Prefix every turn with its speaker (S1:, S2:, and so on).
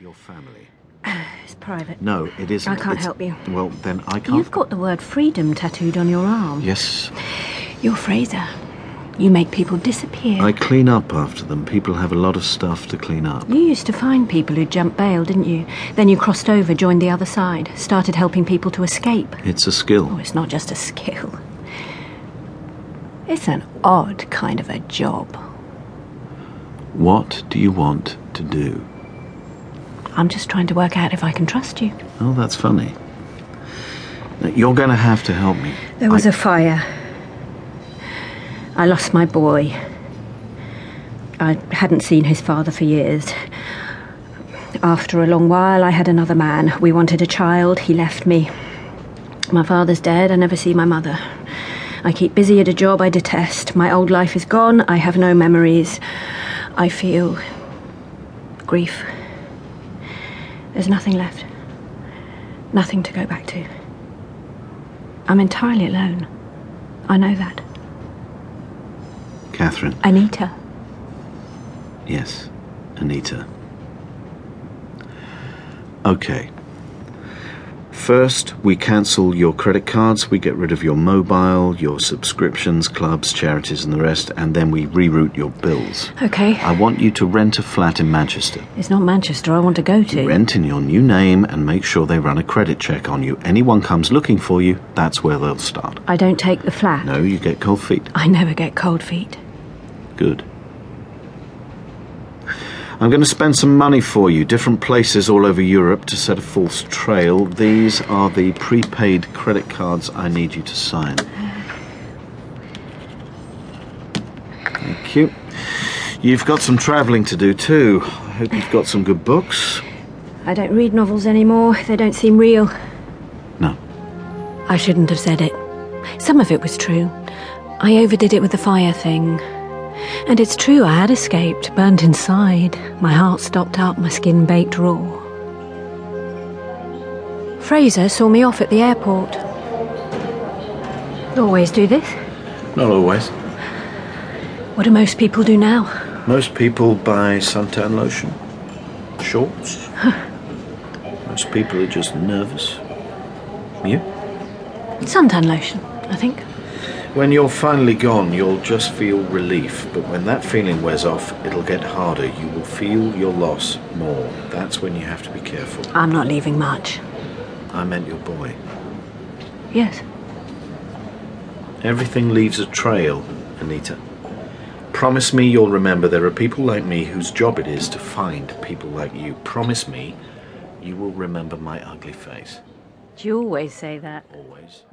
S1: Your family.
S2: It's private.
S1: No, it isn't.
S2: I can't
S1: It's-
S2: help you.
S1: Well, then I can't.
S2: You've got the word freedom tattooed on your arm.
S1: Yes,
S2: You're Fraser. You make people disappear.
S1: I clean up after them. People have a lot of stuff to clean up.
S2: You used to find people who jumped bail, didn't you? Then you crossed over, joined the other side, started helping people to escape.
S1: It's a skill.
S2: Oh, it's not just a skill. It's an odd kind of a job.
S1: What do you want to do?
S2: I'm just trying to work out if I can trust you.
S1: Oh, that's funny. Now, You're going to have to help me.
S2: There was a fire. I lost my boy. I hadn't seen his father for years. After a long while, I had another man. We wanted a child. He left me. My father's dead. I never see my mother. I keep busy at a job I detest. My old life is gone. I have no memories. I feel grief. There's nothing left. Nothing to go back to. I'm entirely alone. I know that.
S1: Catherine.
S2: Anita.
S1: Yes, Anita. Okay. First, we cancel your credit cards, we get rid of your mobile, your subscriptions, clubs, charities, and the rest, and then we reroute your bills.
S2: Okay.
S1: I want you to rent a flat in Manchester.
S2: It's not Manchester I want to go to.
S1: Rent in your new name and make sure they run a credit check on you. Anyone comes looking for you, that's where they'll start.
S2: I don't take the flat.
S1: No, you get cold feet.
S2: I never get cold feet.
S1: Good. I'm going to spend some money for you, different places all over Europe to set a false trail. These are the prepaid credit cards I need you to sign. Thank you. You've got some travelling to do too. I hope you've got some good books.
S2: I don't read novels anymore. They don't seem real.
S1: No.
S2: I shouldn't have said it. Some of it was true. I overdid it with the fire thing. And it's true, I had escaped, burned inside. My heart stopped up, my skin baked raw. Fraser saw me off at the airport. Always do this.
S1: Not always.
S2: What do most people do now?
S1: Most people buy suntan lotion, shorts. Most people are just nervous. You?
S2: Suntan lotion, I think.
S1: When you're finally gone, you'll just feel relief, but when that feeling wears off, it'll get harder. You will feel your loss more. That's when you have to be careful.
S2: I'm not leaving much.
S1: I meant your boy.
S2: Yes.
S1: Everything leaves a trail, Anita. Promise me you'll remember there are people like me whose job it is to find people like you. Promise me you will remember my ugly face.
S2: Do you always say that?
S1: Always.